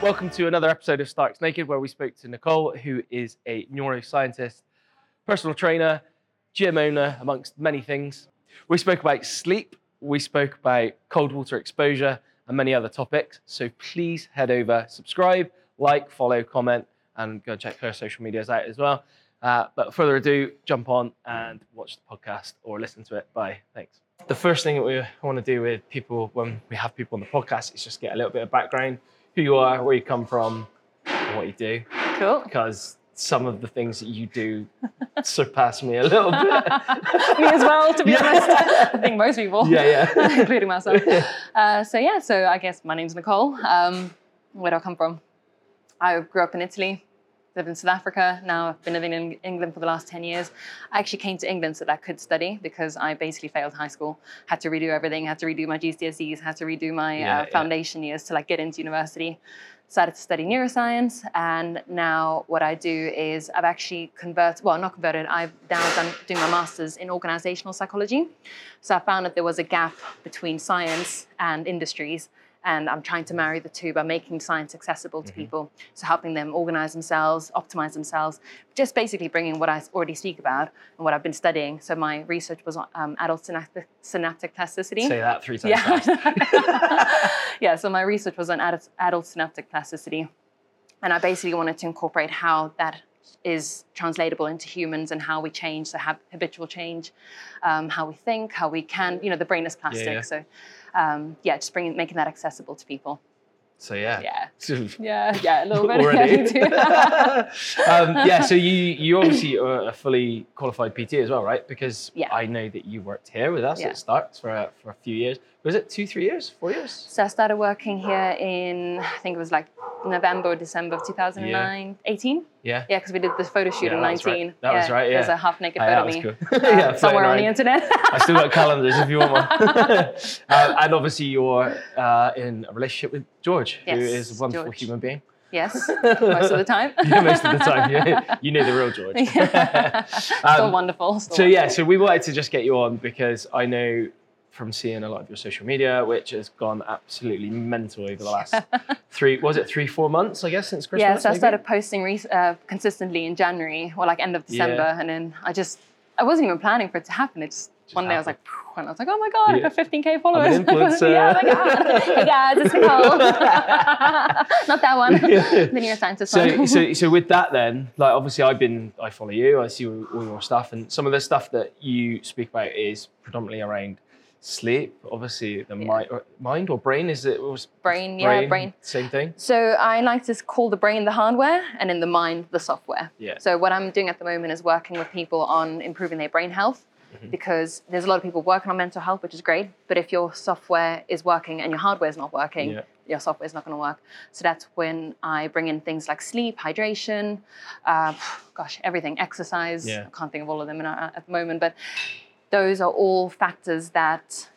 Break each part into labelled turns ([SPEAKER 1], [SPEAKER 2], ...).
[SPEAKER 1] welcome to another episode of Starks Naked, where we spoke to Nicole, who is a neuroscientist, personal trainer, gym owner, amongst many things. We spoke about sleep, we spoke about cold water exposure, and many other topics. So please head over, subscribe, like, follow, comment, and go check her social medias out as well. Uh, but further ado, jump on and watch the podcast or listen to it. Bye. Thanks. The first thing that we want to do with people when we have people on the podcast is just get a little bit of background who you are, where you come from, and what you do,
[SPEAKER 2] Cool.
[SPEAKER 1] because some of the things that you do surpass me a little bit.
[SPEAKER 2] Me as well, to be
[SPEAKER 1] Yeah.
[SPEAKER 2] honest. I think most people,
[SPEAKER 1] yeah, yeah.
[SPEAKER 2] including myself. Uh, so yeah, so I guess my name's Nicole. Um, where do I come from? I grew up in Italy, lived in South Africa. Now I've been living in England for the last 10 years. I actually came to England so that I could study because I basically failed high school. Had to redo everything, had to redo my GCSEs, had to redo my
[SPEAKER 1] Yeah,
[SPEAKER 2] uh,
[SPEAKER 1] yeah.
[SPEAKER 2] foundation years to like get into university. Decided to study neuroscience, and now what I do is I've actually converted. Well, not converted. I've now done doing my masters in organizational psychology. So I found that there was a gap between science and industries, and I'm trying to marry the two by making science accessible to people. So helping them organize themselves, optimize themselves, just basically bringing what I s- already speak about and what I've been studying. So my research was on um, adult synaptic, synaptic plasticity.
[SPEAKER 1] Say that three times fast.
[SPEAKER 2] Yeah. yeah, so my research was on adult, adult synaptic plasticity. And I basically wanted to incorporate how that is translatable into humans and how we change, so hab- habitual change, um, how we think, how we can, you know, the brain is plastic.
[SPEAKER 1] yeah.
[SPEAKER 2] So, um, yeah, just bringing, making that accessible to people.
[SPEAKER 1] So yeah.
[SPEAKER 2] Yeah.
[SPEAKER 1] Sort of
[SPEAKER 2] Yeah, yeah, a little bit.
[SPEAKER 1] Already.
[SPEAKER 2] Yeah,
[SPEAKER 1] um, yeah, so you you obviously are a fully qualified PT as well, right? Because
[SPEAKER 2] Yeah.
[SPEAKER 1] I know that you worked here with us
[SPEAKER 2] Yeah.
[SPEAKER 1] at Starks for a, for a few years. Was it two, three years, four years?
[SPEAKER 2] So I started working here in, I think it was like November or December of 2009, 18?
[SPEAKER 1] Yeah.
[SPEAKER 2] Yeah, because we did the photo shoot
[SPEAKER 1] Yeah,
[SPEAKER 2] in
[SPEAKER 1] that was right.
[SPEAKER 2] 19.
[SPEAKER 1] That was right,
[SPEAKER 2] There's
[SPEAKER 1] yeah.
[SPEAKER 2] a half naked
[SPEAKER 1] Ah,
[SPEAKER 2] photo
[SPEAKER 1] that
[SPEAKER 2] of
[SPEAKER 1] was
[SPEAKER 2] me.
[SPEAKER 1] cool.
[SPEAKER 2] uh,
[SPEAKER 1] yeah,
[SPEAKER 2] somewhere on the
[SPEAKER 1] floating around.
[SPEAKER 2] internet.
[SPEAKER 1] I still got calendars if you want one. uh, and obviously, you're uh, in a relationship with George, who
[SPEAKER 2] Yes,
[SPEAKER 1] is a wonderful
[SPEAKER 2] George.
[SPEAKER 1] human being.
[SPEAKER 2] yes, most of the time.
[SPEAKER 1] yeah, most of the time. Yeah. You know the real George.
[SPEAKER 2] Yeah. still
[SPEAKER 1] Um,
[SPEAKER 2] wonderful. Still
[SPEAKER 1] So yeah,
[SPEAKER 2] wonderful.
[SPEAKER 1] so we wanted to just get you on because I know from seeing a lot of your social media, which has gone absolutely mental over the last three was it three four months I guess since Christmas.
[SPEAKER 2] yeah, so I
[SPEAKER 1] maybe?
[SPEAKER 2] started posting re- uh, consistently in January or like end of December, and then I just I wasn't even planning for it to happen. It just,
[SPEAKER 1] Just
[SPEAKER 2] one day I was like,
[SPEAKER 1] happened.
[SPEAKER 2] and I was like, oh my god,
[SPEAKER 1] Yeah.
[SPEAKER 2] I've got 15k followers.
[SPEAKER 1] influencer.
[SPEAKER 2] yeah, oh my god. Hey guys, it's Nicole. Not that one.
[SPEAKER 1] Yeah.
[SPEAKER 2] The neuroscientist
[SPEAKER 1] So,
[SPEAKER 2] one.
[SPEAKER 1] so, so with that then, like obviously I've been, I follow you, I see all, all your stuff and some of the stuff that you speak about is predominantly around sleep, obviously the
[SPEAKER 2] Yeah.
[SPEAKER 1] mi- or mind or brain, is it? Was
[SPEAKER 2] Brain, yeah, brain.
[SPEAKER 1] Same thing?
[SPEAKER 2] So I like to call the brain the hardware and in the mind the software.
[SPEAKER 1] Yeah.
[SPEAKER 2] So what I'm doing at the moment is working with people on improving their brain health
[SPEAKER 1] Mm-hmm.
[SPEAKER 2] because there's a lot of people working on mental health, which is great. But if your software is working and your hardware is not working,
[SPEAKER 1] Yeah.
[SPEAKER 2] your software is not going to work. So that's when I bring in things like sleep, hydration, uh, gosh, everything, exercise.
[SPEAKER 1] Yeah.
[SPEAKER 2] I can't think of all of them in, uh, at the moment, but those are all factors that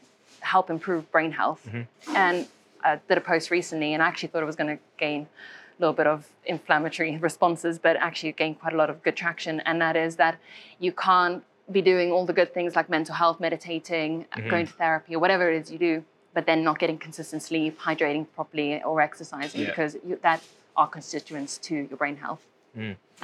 [SPEAKER 2] help improve brain health.
[SPEAKER 1] Mm-hmm.
[SPEAKER 2] And I did a post recently, and I actually thought it was going to gain a little bit of inflammatory responses, but actually gained quite a lot of good traction. And that is that you can't be doing all the good things like mental health, meditating, uh, going to therapy, or whatever it is you do, but then not getting consistent sleep, hydrating properly, or exercising
[SPEAKER 1] Yeah.
[SPEAKER 2] because you, that are constituents to your brain health.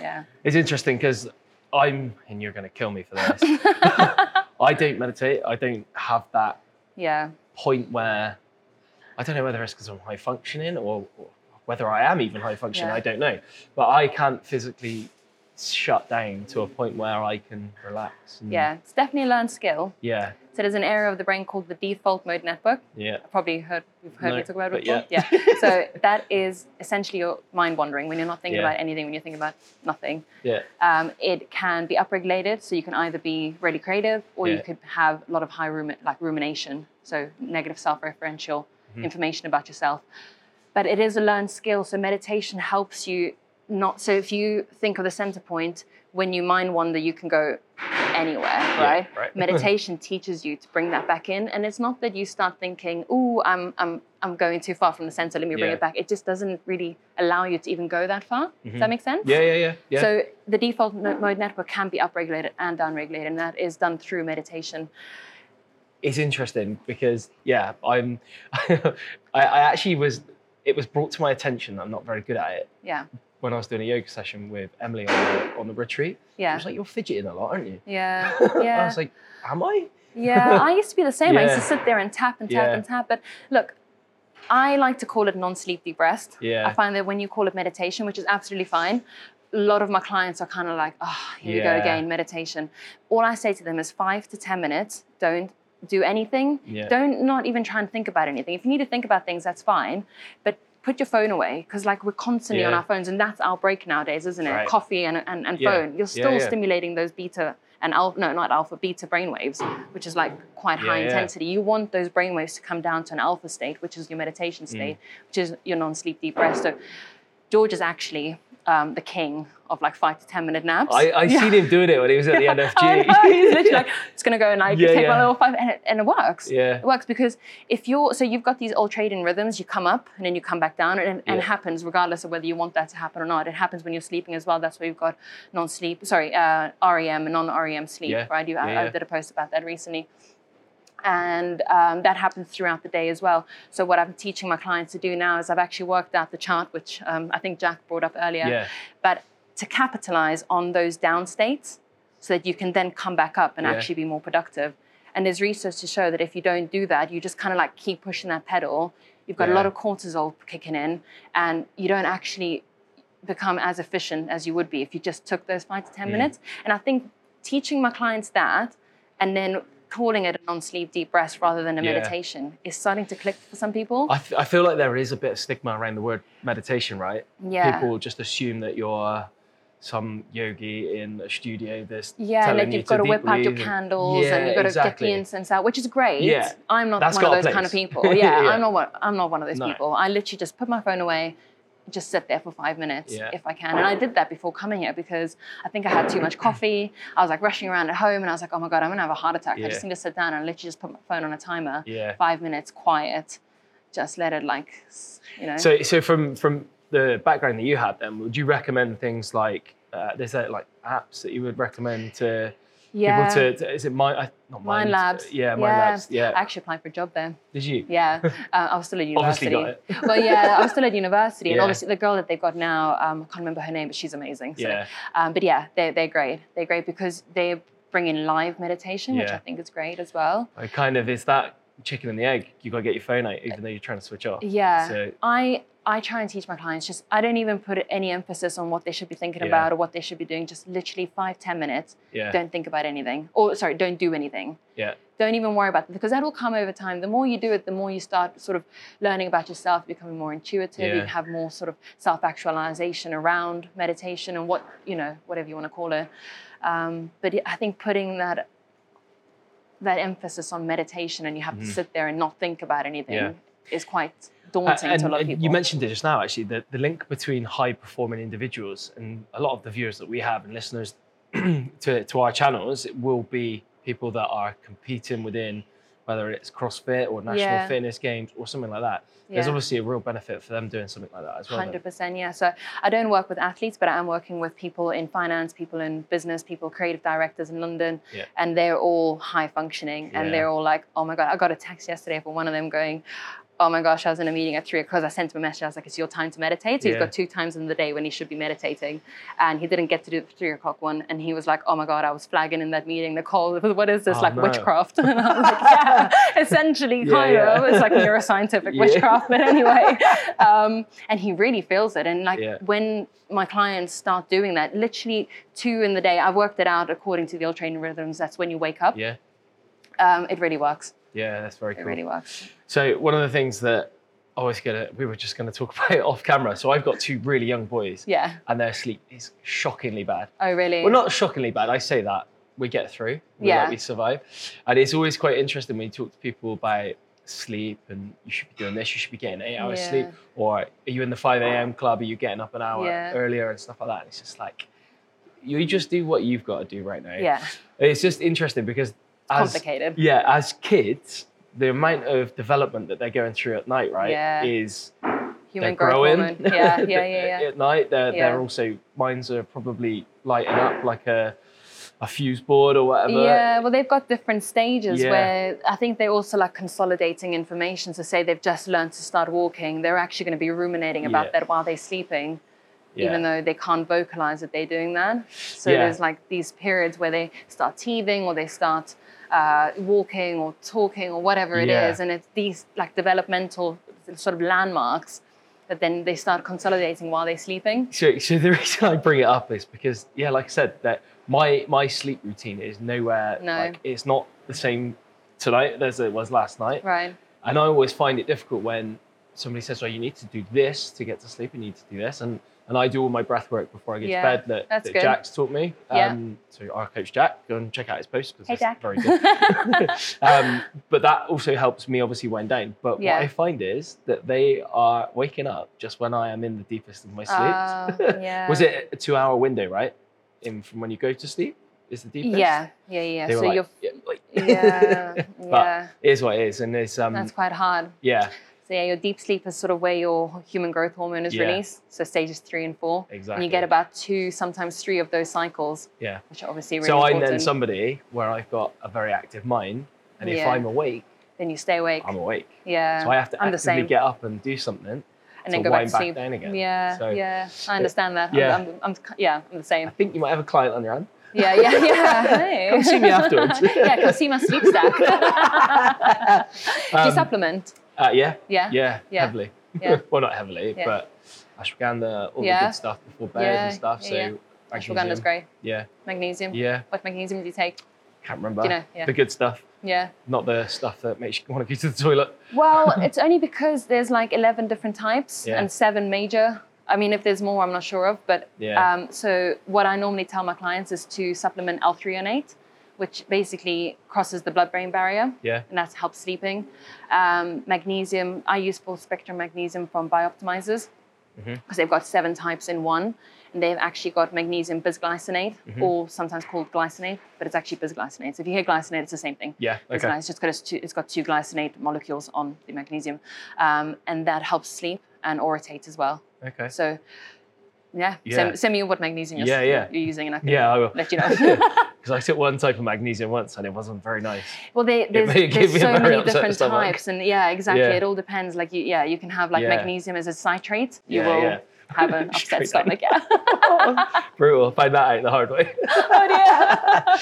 [SPEAKER 2] Yeah.
[SPEAKER 1] It's interesting because I'm, and you're going to kill me for this. I don't meditate. I don't have that
[SPEAKER 2] Yeah.
[SPEAKER 1] point where I don't know whether it's because I'm high functioning or, or whether I am even high functioning.
[SPEAKER 2] Yeah.
[SPEAKER 1] I don't know, but I can't physically shut down to a point where I can relax. and-
[SPEAKER 2] Yeah. It's definitely a learned skill.
[SPEAKER 1] Yeah.
[SPEAKER 2] So there's an area of the brain called the default mode network.
[SPEAKER 1] Yeah.
[SPEAKER 2] probably heard you've heard
[SPEAKER 1] No,
[SPEAKER 2] me talk about
[SPEAKER 1] but
[SPEAKER 2] it before. Yeah. So that is essentially your mind wandering when you're not thinking
[SPEAKER 1] Yeah.
[SPEAKER 2] about anything, when you're thinking about nothing.
[SPEAKER 1] Yeah.
[SPEAKER 2] Um, it can be upregulated, so you can either be really creative or
[SPEAKER 1] Yeah.
[SPEAKER 2] you could have a lot of high rumi- like rumination, so negative self-referential
[SPEAKER 1] Mm-hmm.
[SPEAKER 2] information about yourself. But it is a learned skill, so meditation helps you not. So if you think of the center point, when you mind wander, you can go anywhere, right?
[SPEAKER 1] right.
[SPEAKER 2] Meditation teaches you to bring that back in, and it's not that you start thinking, "Ooh, I'm I'm I'm going too far from the center. Let me bring
[SPEAKER 1] Yeah.
[SPEAKER 2] it back." It just doesn't really allow you to even go that far. Does
[SPEAKER 1] Mm-hmm.
[SPEAKER 2] that make sense?
[SPEAKER 1] Yeah. Yeah. Yeah. Yeah.
[SPEAKER 2] So the default no- mode network can be upregulated and downregulated, and that is done through meditation.
[SPEAKER 1] it's interesting because yeah, I'm. I, I actually was. it was brought to my attention that I'm not very good at it
[SPEAKER 2] Yeah.
[SPEAKER 1] when I was doing a yoga session with Emily on the, on the retreat. She
[SPEAKER 2] Yeah.
[SPEAKER 1] was like, You're fidgeting a lot, aren't you?
[SPEAKER 2] Yeah.
[SPEAKER 1] I
[SPEAKER 2] Yeah.
[SPEAKER 1] was like, Am I?
[SPEAKER 2] Yeah, I used to be the same. I used to
[SPEAKER 1] Yeah.
[SPEAKER 2] sit there and tap and tap
[SPEAKER 1] Yeah.
[SPEAKER 2] and tap. But look, I like to call it non-sleep deep rest. I
[SPEAKER 1] Yeah.
[SPEAKER 2] find that when you call it meditation, which is absolutely fine, a lot of my clients are kind of like, oh, here we go
[SPEAKER 1] Yeah.
[SPEAKER 2] again, meditation. All I say to them is five to 10 minutes, don't do anything.
[SPEAKER 1] Yeah.
[SPEAKER 2] Don't not even try and think about anything. If you need to think about things, that's fine. But put your phone away because like we're constantly on
[SPEAKER 1] Yeah.
[SPEAKER 2] our phones and that's our break nowadays, isn't it?
[SPEAKER 1] Right.
[SPEAKER 2] Coffee and, and, and
[SPEAKER 1] Yeah.
[SPEAKER 2] phone. You're
[SPEAKER 1] Yeah,
[SPEAKER 2] still
[SPEAKER 1] yeah.
[SPEAKER 2] stimulating those beta and alpha, no, not alpha, beta brainwaves, which is like quite
[SPEAKER 1] Yeah,
[SPEAKER 2] high
[SPEAKER 1] yeah.
[SPEAKER 2] intensity. You want those brainwaves to come down to an alpha state, which is your meditation
[SPEAKER 1] Mm.
[SPEAKER 2] state, which is your non-sleep deep rest. So George is actually um, the king of like five to ten minute naps.
[SPEAKER 1] I, I
[SPEAKER 2] Yeah.
[SPEAKER 1] seen him doing it when he was at the NFG.
[SPEAKER 2] I know, he's literally like, it's gonna go and like
[SPEAKER 1] Yeah,
[SPEAKER 2] take my
[SPEAKER 1] yeah.
[SPEAKER 2] little five, and it, and it works.
[SPEAKER 1] yeah.
[SPEAKER 2] It works because if you're so you've got these ultradian rhythms, you come up and then you come back down, and, and it
[SPEAKER 1] Yeah.
[SPEAKER 2] happens regardless of whether you want that to happen or not. It happens when you're sleeping as well. That's why you've got non-sleep, sorry, uh, REM and non-REM sleep,
[SPEAKER 1] Yeah.
[SPEAKER 2] right? You,
[SPEAKER 1] Yeah,
[SPEAKER 2] I, I
[SPEAKER 1] yeah.
[SPEAKER 2] did a post about that recently. And um, that happens throughout the day as well. So what I'm teaching my clients to do now is I've actually worked out the chart, which um, I think Jack brought up earlier
[SPEAKER 1] Yeah.
[SPEAKER 2] but to capitalize on those down states so that you can then come back up and
[SPEAKER 1] Yeah.
[SPEAKER 2] actually be more productive. And there's research to show that if you don't do that, you just kind of like keep pushing that pedal. You've got a lot
[SPEAKER 1] Yeah.
[SPEAKER 2] of cortisol kicking in, and you don't actually become as efficient as you would be if you just took those five to 10
[SPEAKER 1] Mm.
[SPEAKER 2] minutes. And I think teaching my clients that and then calling it a non sleep deep rest rather than a
[SPEAKER 1] Yeah.
[SPEAKER 2] meditation is starting to click for some people.
[SPEAKER 1] I, th- I feel like there is a bit of stigma around the word meditation, right?
[SPEAKER 2] yeah.
[SPEAKER 1] People just assume that you're some yogi in a studio that's
[SPEAKER 2] Yeah,
[SPEAKER 1] telling
[SPEAKER 2] like
[SPEAKER 1] you
[SPEAKER 2] you've got to
[SPEAKER 1] deep
[SPEAKER 2] whip out your
[SPEAKER 1] breathe and-
[SPEAKER 2] candles and
[SPEAKER 1] Yeah,
[SPEAKER 2] you've got to
[SPEAKER 1] exactly.
[SPEAKER 2] get the incense out, which is great.
[SPEAKER 1] Yeah,
[SPEAKER 2] I'm not
[SPEAKER 1] that's
[SPEAKER 2] one of
[SPEAKER 1] got a
[SPEAKER 2] those kind of
[SPEAKER 1] place.
[SPEAKER 2] people. Yeah,
[SPEAKER 1] Yeah.
[SPEAKER 2] I'm not one I'm not one of those
[SPEAKER 1] No.
[SPEAKER 2] people. I literally just put my phone away, just sit there for five minutes
[SPEAKER 1] Yeah.
[SPEAKER 2] if I can. And I did that before coming here because I think I had too much coffee. I was like rushing around at home and I was like, oh my God, I'm gonna have a heart attack. I just
[SPEAKER 1] Yeah.
[SPEAKER 2] need to sit down and literally just put my phone on a timer,
[SPEAKER 1] Yeah.
[SPEAKER 2] five minutes quiet, just let it like s- you know.
[SPEAKER 1] So, so from from the background that you had, then would you recommend things like uh, there's uh, like apps that you would recommend to
[SPEAKER 2] yeah.
[SPEAKER 1] people to, to is it mind I- not
[SPEAKER 2] Mind
[SPEAKER 1] mind
[SPEAKER 2] Labs.
[SPEAKER 1] Yeah, mind
[SPEAKER 2] Yeah.
[SPEAKER 1] labs. Yeah.
[SPEAKER 2] I actually applied for a job there.
[SPEAKER 1] Did you?
[SPEAKER 2] Yeah, uh, I was still at university.
[SPEAKER 1] Obviously got it.
[SPEAKER 2] well, yeah, I was still at university, and
[SPEAKER 1] Yeah.
[SPEAKER 2] obviously the girl that they've got now, um, I can't remember her name, but she's amazing. So,
[SPEAKER 1] Yeah.
[SPEAKER 2] Um, but yeah, they're, they're great. They're great because they bring in live meditation, which
[SPEAKER 1] Yeah.
[SPEAKER 2] I think is great as well.
[SPEAKER 1] It kind of is that chicken and the egg. You gotta get your phone out even though you're trying to switch off.
[SPEAKER 2] Yeah.
[SPEAKER 1] So
[SPEAKER 2] I I try and teach my clients just I don't even put any emphasis on what they should be thinking
[SPEAKER 1] Yeah.
[SPEAKER 2] about or what they should be doing. Just literally five ten minutes.
[SPEAKER 1] yeah.
[SPEAKER 2] Don't think about anything. Or sorry, don't do anything.
[SPEAKER 1] Yeah.
[SPEAKER 2] Don't even worry about it because that will come over time. The more you do it, the more you start sort of learning about yourself, becoming more intuitive. You
[SPEAKER 1] Yeah.
[SPEAKER 2] have more sort of self-actualization around meditation and what you know, whatever you want to call it. Um, but I think putting that that emphasis on meditation and you have to
[SPEAKER 1] Mhm.
[SPEAKER 2] sit there and not think about anything
[SPEAKER 1] Yeah.
[SPEAKER 2] is quite
[SPEAKER 1] Uh,
[SPEAKER 2] daunting
[SPEAKER 1] and-
[SPEAKER 2] to a lot of
[SPEAKER 1] and
[SPEAKER 2] people.
[SPEAKER 1] you mentioned it just now, actually, the, the link between high performing individuals and a lot of the viewers that we have and listeners to, to our channels will be people that are competing within whether it's CrossFit or national
[SPEAKER 2] Yeah.
[SPEAKER 1] fitness games or something like that. There's obviously a real benefit for them doing something like that as well.
[SPEAKER 2] Hundred
[SPEAKER 1] then.
[SPEAKER 2] percent, yeah. So I don't work with athletes, but I am working with people in finance, people in business, people, creative directors in London,
[SPEAKER 1] Yeah.
[SPEAKER 2] and they're all high functioning, and
[SPEAKER 1] Yeah.
[SPEAKER 2] they're all like, "Oh my god!" I got a text yesterday from one of them going, "Oh my gosh, I was in a meeting at three o'clock. I sent him a message. I was like, it's your time to meditate. So he's
[SPEAKER 1] Yeah.
[SPEAKER 2] got two times in the day when he should be meditating, and he didn't get to do the three o'clock one, and he was like, "Oh my god, I was flagging in that meeting. The call, what is this
[SPEAKER 1] Oh,
[SPEAKER 2] like
[SPEAKER 1] no.
[SPEAKER 2] witchcraft?" And I was like, "Yeah, essentially,
[SPEAKER 1] Yeah,
[SPEAKER 2] kind
[SPEAKER 1] yeah.
[SPEAKER 2] of. It's like neuroscientific
[SPEAKER 1] Yeah.
[SPEAKER 2] witchcraft, but anyway." um, and he really feels it. And like
[SPEAKER 1] Yeah.
[SPEAKER 2] when my clients start doing that, literally two in the day, I've worked it out according to the old training rhythms. That's when you wake up.
[SPEAKER 1] Yeah,
[SPEAKER 2] Um, it really works.
[SPEAKER 1] yeah, that's very
[SPEAKER 2] It
[SPEAKER 1] cool.
[SPEAKER 2] really works.
[SPEAKER 1] So one of the things that I was gonna, we were just gonna talk about it off camera. So I've got two really young boys,
[SPEAKER 2] Yeah.
[SPEAKER 1] and their sleep is shockingly bad.
[SPEAKER 2] Oh, really?
[SPEAKER 1] Well, not shockingly bad. I say that we get through. We, like,
[SPEAKER 2] Yeah.
[SPEAKER 1] we survive. And it's always quite interesting when you talk to people about sleep and you should be doing this, you should be getting eight hours
[SPEAKER 2] Yeah.
[SPEAKER 1] sleep, or are you in the five a.m. club? Are you getting up an hour
[SPEAKER 2] Yeah.
[SPEAKER 1] earlier and stuff like that? And it's just like you just do what you've got to do right now.
[SPEAKER 2] yeah.
[SPEAKER 1] It's just interesting because as
[SPEAKER 2] Complicated.
[SPEAKER 1] yeah, as kids, the amount of development that they're going through at night, right,
[SPEAKER 2] Yeah.
[SPEAKER 1] is
[SPEAKER 2] Human
[SPEAKER 1] they're
[SPEAKER 2] growth
[SPEAKER 1] growing.
[SPEAKER 2] hormone. Yeah, yeah, yeah, yeah.
[SPEAKER 1] At night, they're,
[SPEAKER 2] Yeah.
[SPEAKER 1] they're also minds are probably lighting up like a a fuse board or whatever.
[SPEAKER 2] Yeah, well, they've got different stages
[SPEAKER 1] Yeah.
[SPEAKER 2] where I think they're also like consolidating information. So, say they've just learned to start walking, they're actually going to be ruminating about
[SPEAKER 1] Yeah.
[SPEAKER 2] that while they're sleeping,
[SPEAKER 1] Yeah.
[SPEAKER 2] even though they can't vocalize that they're doing that. So,
[SPEAKER 1] Yeah.
[SPEAKER 2] there's like these periods where they start teething or they start uh, walking or talking or whatever it is,
[SPEAKER 1] Yeah.
[SPEAKER 2] And it's these like developmental sort of landmarks that then they start consolidating while they're sleeping.
[SPEAKER 1] so, so the reason I bring it up is because, yeah, like I said, that my my sleep routine is nowhere.
[SPEAKER 2] No.
[SPEAKER 1] Like, it's not the same tonight as it was last night.
[SPEAKER 2] Right.
[SPEAKER 1] And I always find it difficult when somebody says, "Well, you need to do this to get to sleep. You need to do this." And and I do all my breath work before I get
[SPEAKER 2] Yeah,
[SPEAKER 1] to bed. That,
[SPEAKER 2] that's
[SPEAKER 1] that
[SPEAKER 2] good.
[SPEAKER 1] Jack's taught me.
[SPEAKER 2] Yeah.
[SPEAKER 1] Um, so our coach Jack, go and check out his post because
[SPEAKER 2] Hey,
[SPEAKER 1] it's
[SPEAKER 2] Jack.
[SPEAKER 1] very good. um, but that also helps me obviously wind down. But
[SPEAKER 2] Yeah.
[SPEAKER 1] what I find is that they are waking up just when I am in the deepest of my sleep.
[SPEAKER 2] Uh, yeah.
[SPEAKER 1] Was it a two hour window, right? In from when you go to sleep is the deepest?
[SPEAKER 2] Yeah, yeah, yeah.
[SPEAKER 1] They
[SPEAKER 2] so
[SPEAKER 1] were like,
[SPEAKER 2] you're
[SPEAKER 1] "Yeah, like,
[SPEAKER 2] yeah,
[SPEAKER 1] But-
[SPEAKER 2] yeah.
[SPEAKER 1] it is what it is. And it's um
[SPEAKER 2] That's quite hard.
[SPEAKER 1] yeah,
[SPEAKER 2] So yeah, your deep sleep is sort of where your human growth hormone is
[SPEAKER 1] Yeah.
[SPEAKER 2] released. So stages three and four. And
[SPEAKER 1] exactly.
[SPEAKER 2] you get about two, sometimes three of those cycles.
[SPEAKER 1] Yeah.
[SPEAKER 2] Which are obviously really
[SPEAKER 1] so I'm
[SPEAKER 2] important.
[SPEAKER 1] then somebody where I've got a very active mind and if
[SPEAKER 2] Yeah.
[SPEAKER 1] I'm awake,
[SPEAKER 2] Then you stay awake.
[SPEAKER 1] I'm awake.
[SPEAKER 2] yeah.
[SPEAKER 1] So I have to
[SPEAKER 2] I'm the
[SPEAKER 1] actively
[SPEAKER 2] same.
[SPEAKER 1] get up and do something
[SPEAKER 2] and then
[SPEAKER 1] to
[SPEAKER 2] go back to
[SPEAKER 1] wind back
[SPEAKER 2] sleep.
[SPEAKER 1] down again.
[SPEAKER 2] Yeah,
[SPEAKER 1] So-
[SPEAKER 2] yeah. I understand that.
[SPEAKER 1] Yeah.
[SPEAKER 2] I'm, I'm, I'm, yeah, I'm the
[SPEAKER 1] I
[SPEAKER 2] same.
[SPEAKER 1] think you might have a client on your hand.
[SPEAKER 2] Yeah, yeah, yeah. Hey.
[SPEAKER 1] Come see me afterwards.
[SPEAKER 2] yeah, come see my sleep stack. Do you
[SPEAKER 1] Um,
[SPEAKER 2] supplement?
[SPEAKER 1] uh, yeah,
[SPEAKER 2] Yeah.
[SPEAKER 1] yeah,
[SPEAKER 2] Yeah.
[SPEAKER 1] heavily.
[SPEAKER 2] Yeah.
[SPEAKER 1] well, not heavily,
[SPEAKER 2] Yeah.
[SPEAKER 1] but ashwagandha, all the
[SPEAKER 2] Yeah.
[SPEAKER 1] good stuff before bed and
[SPEAKER 2] Yeah,
[SPEAKER 1] stuff.
[SPEAKER 2] yeah,
[SPEAKER 1] so
[SPEAKER 2] yeah. Ashwagandha's
[SPEAKER 1] magnesium.
[SPEAKER 2] great.
[SPEAKER 1] Yeah,
[SPEAKER 2] Magnesium.
[SPEAKER 1] yeah.
[SPEAKER 2] What magnesium do you take?
[SPEAKER 1] Can't remember.
[SPEAKER 2] Do you know? Yeah.
[SPEAKER 1] The good stuff,
[SPEAKER 2] Yeah.
[SPEAKER 1] not the stuff that makes you want to go to the toilet.
[SPEAKER 2] Well, it's only because there's like 11 different types
[SPEAKER 1] Yeah.
[SPEAKER 2] and seven major. I mean, if there's more, I'm not sure of. But
[SPEAKER 1] Yeah.
[SPEAKER 2] um, so what I normally tell my clients is to supplement L3-ionate, which basically crosses the blood-brain barrier,
[SPEAKER 1] yeah.
[SPEAKER 2] and that helps sleeping. Um, magnesium, I use full spectrum magnesium from Bioptimizers because
[SPEAKER 1] Mhm.
[SPEAKER 2] they've got seven types in one. And they've actually got magnesium bisglycinate,
[SPEAKER 1] Mhm.
[SPEAKER 2] or sometimes called glycinate, but it's actually bisglycinate. So if you hear glycinate, it's the same thing.
[SPEAKER 1] Yeah.
[SPEAKER 2] It's
[SPEAKER 1] Okay.
[SPEAKER 2] nice. It's got, its, two, it's got two glycinate molecules on the magnesium, um, and that helps sleep and orotate as well.
[SPEAKER 1] Okay.
[SPEAKER 2] So, yeah,
[SPEAKER 1] Yeah.
[SPEAKER 2] Send, send me what magnesium you're,
[SPEAKER 1] Yeah, yeah.
[SPEAKER 2] you're using, and I can
[SPEAKER 1] Yeah, I will.
[SPEAKER 2] let you know.
[SPEAKER 1] Because I took one type of magnesium once and it wasn't very nice.
[SPEAKER 2] well, there, there's,
[SPEAKER 1] may give
[SPEAKER 2] there's
[SPEAKER 1] me a
[SPEAKER 2] so
[SPEAKER 1] very
[SPEAKER 2] many
[SPEAKER 1] upset
[SPEAKER 2] different
[SPEAKER 1] stomach.
[SPEAKER 2] types, and yeah, exactly.
[SPEAKER 1] Yeah.
[SPEAKER 2] It all depends. Like, you, yeah, you can have like
[SPEAKER 1] Yeah.
[SPEAKER 2] magnesium as a citrate. You
[SPEAKER 1] yeah,
[SPEAKER 2] will
[SPEAKER 1] yeah.
[SPEAKER 2] have an upset
[SPEAKER 1] Straight down.
[SPEAKER 2] stomach. Yeah.
[SPEAKER 1] Brutal. Find that out the hard way.
[SPEAKER 2] oh
[SPEAKER 1] Ah,
[SPEAKER 2] dear.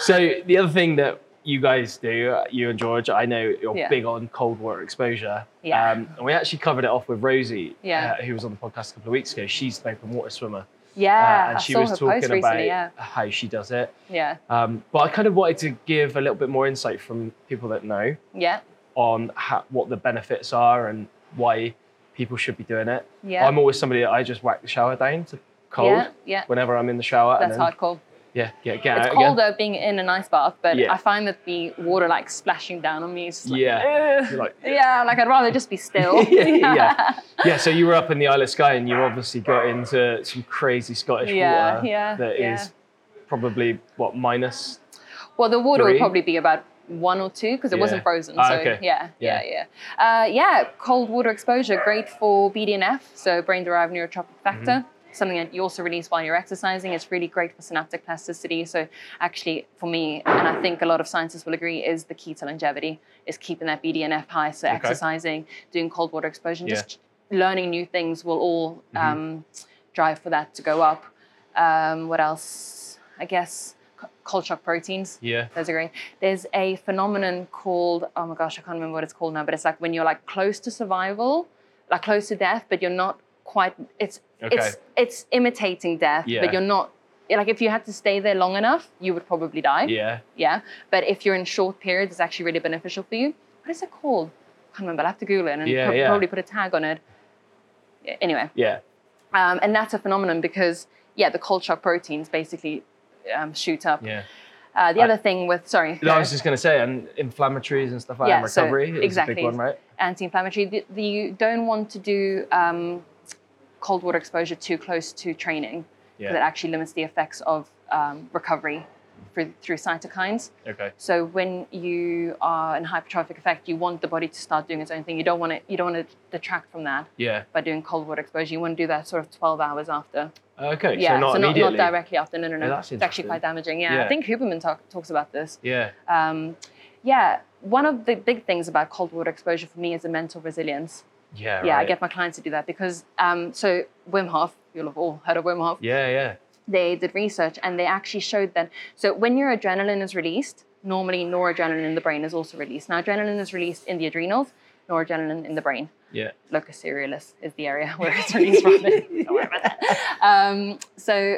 [SPEAKER 1] so the other thing that you guys do, uh, you and George, I know you're
[SPEAKER 2] Yeah.
[SPEAKER 1] big on cold water exposure.
[SPEAKER 2] Yeah.
[SPEAKER 1] Um, and we actually covered it off with Rosie,
[SPEAKER 2] Yeah.
[SPEAKER 1] uh, who was on the podcast a couple of weeks ago. She's an open water swimmer. uh,
[SPEAKER 2] yeah.
[SPEAKER 1] and
[SPEAKER 2] I
[SPEAKER 1] she
[SPEAKER 2] saw
[SPEAKER 1] was
[SPEAKER 2] her
[SPEAKER 1] talking
[SPEAKER 2] post
[SPEAKER 1] about
[SPEAKER 2] recently. Yeah.
[SPEAKER 1] how she does it.
[SPEAKER 2] Yeah.
[SPEAKER 1] Um, but I kind of wanted to give a little bit more insight from people that know
[SPEAKER 2] Yeah.
[SPEAKER 1] on how, what the benefits are and why people should be doing it.
[SPEAKER 2] Yeah.
[SPEAKER 1] I'm always somebody that I just whack the shower down to cold
[SPEAKER 2] Yeah. Yeah.
[SPEAKER 1] whenever I'm in the shower.
[SPEAKER 2] That's
[SPEAKER 1] and then,
[SPEAKER 2] hardcore.
[SPEAKER 1] Yeah, yeah, get
[SPEAKER 2] it's
[SPEAKER 1] out again.
[SPEAKER 2] colder being in an ice bath, but
[SPEAKER 1] Yeah.
[SPEAKER 2] I find that the water like splashing down on me is just like,
[SPEAKER 1] Yeah.
[SPEAKER 2] "Ugh."
[SPEAKER 1] You're like-
[SPEAKER 2] yeah, like I'd rather just be still.
[SPEAKER 1] Yeah, yeah. Yeah, so you were up in the Isle of Skye and you obviously got into some crazy Scottish
[SPEAKER 2] Yeah,
[SPEAKER 1] water
[SPEAKER 2] yeah,
[SPEAKER 1] that is
[SPEAKER 2] yeah.
[SPEAKER 1] probably what minus.
[SPEAKER 2] Well, the water
[SPEAKER 1] Three?
[SPEAKER 2] would probably be about one or two because it
[SPEAKER 1] Yeah.
[SPEAKER 2] wasn't frozen. So
[SPEAKER 1] Ah, okay.
[SPEAKER 2] yeah,
[SPEAKER 1] Yeah.
[SPEAKER 2] yeah, yeah. Uh, yeah, cold water exposure great for BDNF, so brain-derived neurotropic
[SPEAKER 1] Mm-hmm.
[SPEAKER 2] factor. Something that you also release while you're exercising. It's really great for synaptic plasticity. So actually, for me, and I think a lot of scientists will agree, is the key to longevity is keeping that BDNF high. So
[SPEAKER 1] Okay.
[SPEAKER 2] exercising, doing cold water exposure, and
[SPEAKER 1] Yeah.
[SPEAKER 2] just learning new things will all
[SPEAKER 1] Mhm.
[SPEAKER 2] um, drive for that to go up. Um, what else? I guess c- cold shock proteins.
[SPEAKER 1] Yeah.
[SPEAKER 2] Those are great. There's a phenomenon called, oh my gosh, I can't remember what it's called now, but it's like when you're like close to survival, like close to death, but you're not quite, it's,
[SPEAKER 1] Okay.
[SPEAKER 2] it's, it's imitating death,
[SPEAKER 1] Yeah.
[SPEAKER 2] but you're not, like if you had to stay there long enough, you would probably die.
[SPEAKER 1] yeah.
[SPEAKER 2] Yeah. But if you're in short periods, it's actually really beneficial for you. What is it called? I can't remember. I'll have to Google it and
[SPEAKER 1] Yeah,
[SPEAKER 2] pro-
[SPEAKER 1] yeah.
[SPEAKER 2] probably put a tag on it. Yeah, Anyway.
[SPEAKER 1] Yeah.
[SPEAKER 2] Um, and that's a phenomenon because, yeah, the cold shock proteins basically um, shoot up.
[SPEAKER 1] Yeah.
[SPEAKER 2] Uh, the
[SPEAKER 1] I-
[SPEAKER 2] other thing with, sorry,
[SPEAKER 1] I
[SPEAKER 2] uh,
[SPEAKER 1] was just going to say, and inflammatories and stuff like
[SPEAKER 2] Yeah,
[SPEAKER 1] that, and
[SPEAKER 2] so
[SPEAKER 1] recovery is a
[SPEAKER 2] exactly.
[SPEAKER 1] big one, right?
[SPEAKER 2] anti-inflammatory, the, the, you don't want to do um, cold water exposure too close to training
[SPEAKER 1] Yeah.
[SPEAKER 2] because it actually limits the effects of um, recovery through, through cytokines.
[SPEAKER 1] Okay.
[SPEAKER 2] So when you are in hypertrophic effect, you want the body to start doing its own thing. You don't want to, you don't want to detract from that
[SPEAKER 1] Yeah.
[SPEAKER 2] by doing cold water exposure. You want to do that sort of 12 hours after.
[SPEAKER 1] Okay,
[SPEAKER 2] yeah,
[SPEAKER 1] so not
[SPEAKER 2] not,
[SPEAKER 1] immediately.
[SPEAKER 2] directly after. No, no, no.
[SPEAKER 1] Yeah, that's
[SPEAKER 2] it's actually
[SPEAKER 1] interesting.
[SPEAKER 2] quite damaging. Yeah,
[SPEAKER 1] Yeah.
[SPEAKER 2] I think Huberman talk, talks about this.
[SPEAKER 1] Yeah,
[SPEAKER 2] Um, yeah, one of the big things about cold water exposure for me is the mental resilience.
[SPEAKER 1] yeah,
[SPEAKER 2] Yeah, I
[SPEAKER 1] right.
[SPEAKER 2] get my clients to do that because um, so Wim Hof, you'll have all heard of Wim Hof.
[SPEAKER 1] Yeah, yeah,
[SPEAKER 2] They did research and they actually showed that so when your adrenaline is released, normally noradrenaline in the brain is also released. Now adrenaline is released in the adrenals, noradrenaline in the brain
[SPEAKER 1] yeah.
[SPEAKER 2] locus cerealis is the area where it's released from. Don't worry about that. Um, so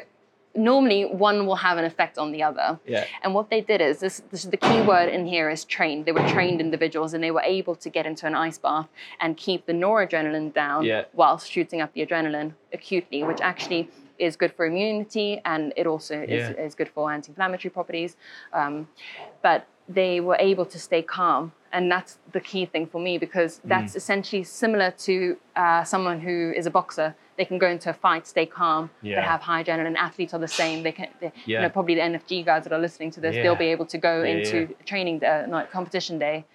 [SPEAKER 2] normally one will have an effect on the other.
[SPEAKER 1] Yeah.
[SPEAKER 2] And what they did is this, this is the key word in here is trained. They were trained individuals and they were able to get into an ice bath and keep the noradrenaline down
[SPEAKER 1] Yeah.
[SPEAKER 2] whilst shooting up the adrenaline acutely, which actually is good for immunity and it also is,
[SPEAKER 1] Yeah.
[SPEAKER 2] is good for anti-inflammatory properties. Um, but they were able to stay calm. And that's the key thing for me
[SPEAKER 1] Mm.
[SPEAKER 2] because that's essentially similar to uh, someone who is a boxer. They can go into a fight, stay calm.
[SPEAKER 1] Yeah.
[SPEAKER 2] They have high adrenaline. Athletes are the same. They can, they, you
[SPEAKER 1] Yeah.
[SPEAKER 2] know, probably the NFG guys that are listening to this,
[SPEAKER 1] Yeah.
[SPEAKER 2] they'll be able to go
[SPEAKER 1] Yeah,
[SPEAKER 2] into training, uh, not competition day,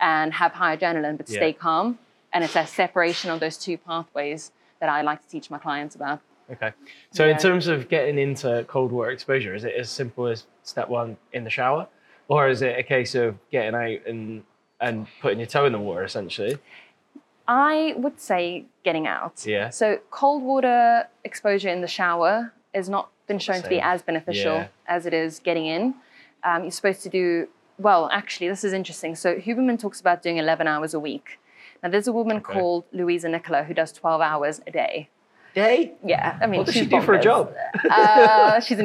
[SPEAKER 2] and have high adrenaline but
[SPEAKER 1] Yeah.
[SPEAKER 2] stay calm. And it's that separation of those two pathways that I like to teach my clients about.
[SPEAKER 1] Okay. So in
[SPEAKER 2] Yeah.
[SPEAKER 1] terms of getting into cold water exposure, is it as simple as step one in the shower, or is it a case of getting out and and putting your toe in the water essentially?
[SPEAKER 2] I would say getting out.
[SPEAKER 1] Yeah.
[SPEAKER 2] So cold water exposure in the shower has not been shown to be
[SPEAKER 1] Same.
[SPEAKER 2] as beneficial
[SPEAKER 1] Yeah.
[SPEAKER 2] as it is getting in. Um, you're supposed to do well. Actually, this is interesting. So Huberman talks about doing 11 hours a week. Now there's a woman
[SPEAKER 1] Okay.
[SPEAKER 2] called Louisa Nicola who does 12 hours a day.
[SPEAKER 1] Day.
[SPEAKER 2] Yeah, I mean,
[SPEAKER 1] What does
[SPEAKER 2] she's
[SPEAKER 1] she do for a
[SPEAKER 2] bonkers.
[SPEAKER 1] job?
[SPEAKER 2] Uh, she's a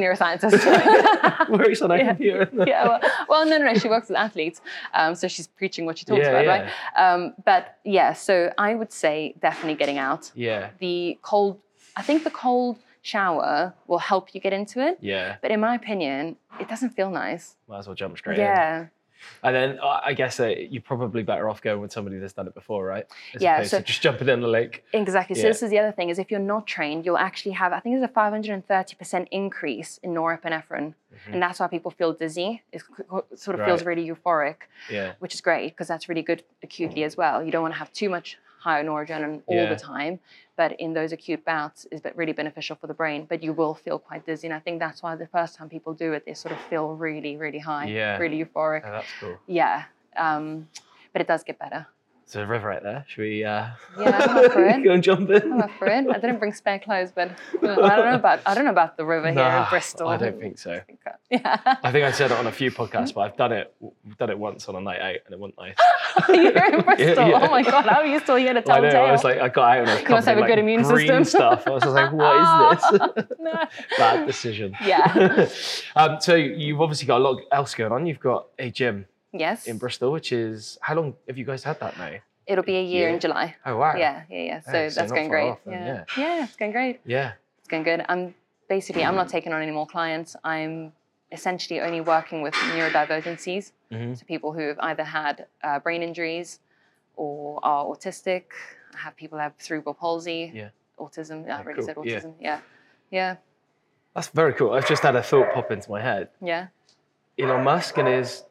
[SPEAKER 2] neuroscientist.
[SPEAKER 1] Works on a
[SPEAKER 2] Yeah.
[SPEAKER 1] computer.
[SPEAKER 2] yeah, well, well, no, no, no. She works with athletes, um, so she's preaching what she talks
[SPEAKER 1] Yeah,
[SPEAKER 2] about,
[SPEAKER 1] yeah.
[SPEAKER 2] right? Um, but yeah, so I would say definitely getting out.
[SPEAKER 1] Yeah.
[SPEAKER 2] The cold, I think the cold shower will help you get into it.
[SPEAKER 1] Yeah.
[SPEAKER 2] But in my opinion, it doesn't feel nice.
[SPEAKER 1] Might as well jump straight in.
[SPEAKER 2] yeah.
[SPEAKER 1] And then I I guess uh, you're probably better off going with somebody that's done it before, right? As
[SPEAKER 2] Yeah,
[SPEAKER 1] opposed
[SPEAKER 2] so-
[SPEAKER 1] to just jumping in the lake.
[SPEAKER 2] Exactly. So
[SPEAKER 1] Yeah.
[SPEAKER 2] this is the other thing is if you're not trained, you'll actually have I think there's a 530% increase in norepinephrine, and that's why people feel dizzy. It sort of feels
[SPEAKER 1] Mm-hmm. Right.
[SPEAKER 2] really euphoric,
[SPEAKER 1] Yeah.
[SPEAKER 2] which is great because that's really good acutely as well. You don't want to have too much high noradrenaline all
[SPEAKER 1] Yeah.
[SPEAKER 2] the time, but in those acute bouts is really beneficial for the brain. But you will feel quite dizzy, and I think that's why the first time people do it, they sort of feel really, really high,
[SPEAKER 1] Yeah.
[SPEAKER 2] really euphoric.
[SPEAKER 1] Oh, that's cool.
[SPEAKER 2] Yeah, um, but it does get better.
[SPEAKER 1] So a river right there. Should we uh,
[SPEAKER 2] Yeah, I'm up for it.
[SPEAKER 1] go and jump in?
[SPEAKER 2] I'm afraid. I didn't bring spare clothes, but I don't know about I don't know about the river here in
[SPEAKER 1] Nah,
[SPEAKER 2] Bristol.
[SPEAKER 1] I don't think so.
[SPEAKER 2] Yeah,
[SPEAKER 1] I think I said it on a few podcasts, but I've done it done it once on a night out and it wasn't nice.
[SPEAKER 2] you're in Bristol.
[SPEAKER 1] yeah.
[SPEAKER 2] Oh my god, how are you still here to tell
[SPEAKER 1] I know.
[SPEAKER 2] tale?
[SPEAKER 1] I was like, I got out and I was
[SPEAKER 2] You must
[SPEAKER 1] covered in,
[SPEAKER 2] have a
[SPEAKER 1] like,
[SPEAKER 2] good immune
[SPEAKER 1] green
[SPEAKER 2] system.
[SPEAKER 1] stuff. I was just like, what is this?
[SPEAKER 2] No.
[SPEAKER 1] Bad decision.
[SPEAKER 2] Yeah.
[SPEAKER 1] um, so you've obviously got a lot else going on. You've got a gym
[SPEAKER 2] Yes,
[SPEAKER 1] in Bristol, which is how long have you guys had that now?
[SPEAKER 2] it'll be a year
[SPEAKER 1] Yeah.
[SPEAKER 2] in July.
[SPEAKER 1] Oh wow.
[SPEAKER 2] Yeah, yeah, yeah. So
[SPEAKER 1] Yeah, so
[SPEAKER 2] that's
[SPEAKER 1] not
[SPEAKER 2] going
[SPEAKER 1] far
[SPEAKER 2] great.
[SPEAKER 1] off then,
[SPEAKER 2] yeah. yeah, it's going great.
[SPEAKER 1] Yeah.
[SPEAKER 2] It's going good. I'm basically I'm not taking on any more clients. I'm essentially only working with neurodivergencies,
[SPEAKER 1] Mhm.
[SPEAKER 2] so people who have either had uh, brain injuries or are autistic. I have people who have cerebral palsy,
[SPEAKER 1] Yeah.
[SPEAKER 2] autism. I already
[SPEAKER 1] cool.
[SPEAKER 2] said
[SPEAKER 1] Yeah.
[SPEAKER 2] autism. Yeah. yeah,
[SPEAKER 1] That's very cool. I've just had a thought pop into my head.
[SPEAKER 2] yeah,
[SPEAKER 1] Elon Musk and his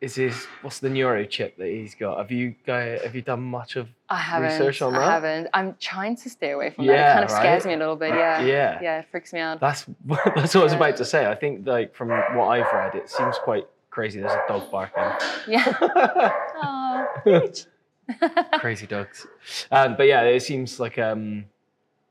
[SPEAKER 1] is his what's the neuro chip that he's got? Have you guy have you done much of
[SPEAKER 2] I haven't.
[SPEAKER 1] Research on
[SPEAKER 2] I
[SPEAKER 1] that?
[SPEAKER 2] haven't. I'm trying to stay away from that.
[SPEAKER 1] Yeah,
[SPEAKER 2] It kind of scares
[SPEAKER 1] right?
[SPEAKER 2] me a little bit. Yeah.
[SPEAKER 1] Yeah.
[SPEAKER 2] Yeah, it freaks me out.
[SPEAKER 1] That's that's what I was
[SPEAKER 2] Yeah.
[SPEAKER 1] about to say. I think like from what I've read, it seems quite crazy. There's a dog barking.
[SPEAKER 2] Yeah. Oh, bitch.
[SPEAKER 1] crazy dogs. Um, but yeah, it seems like um,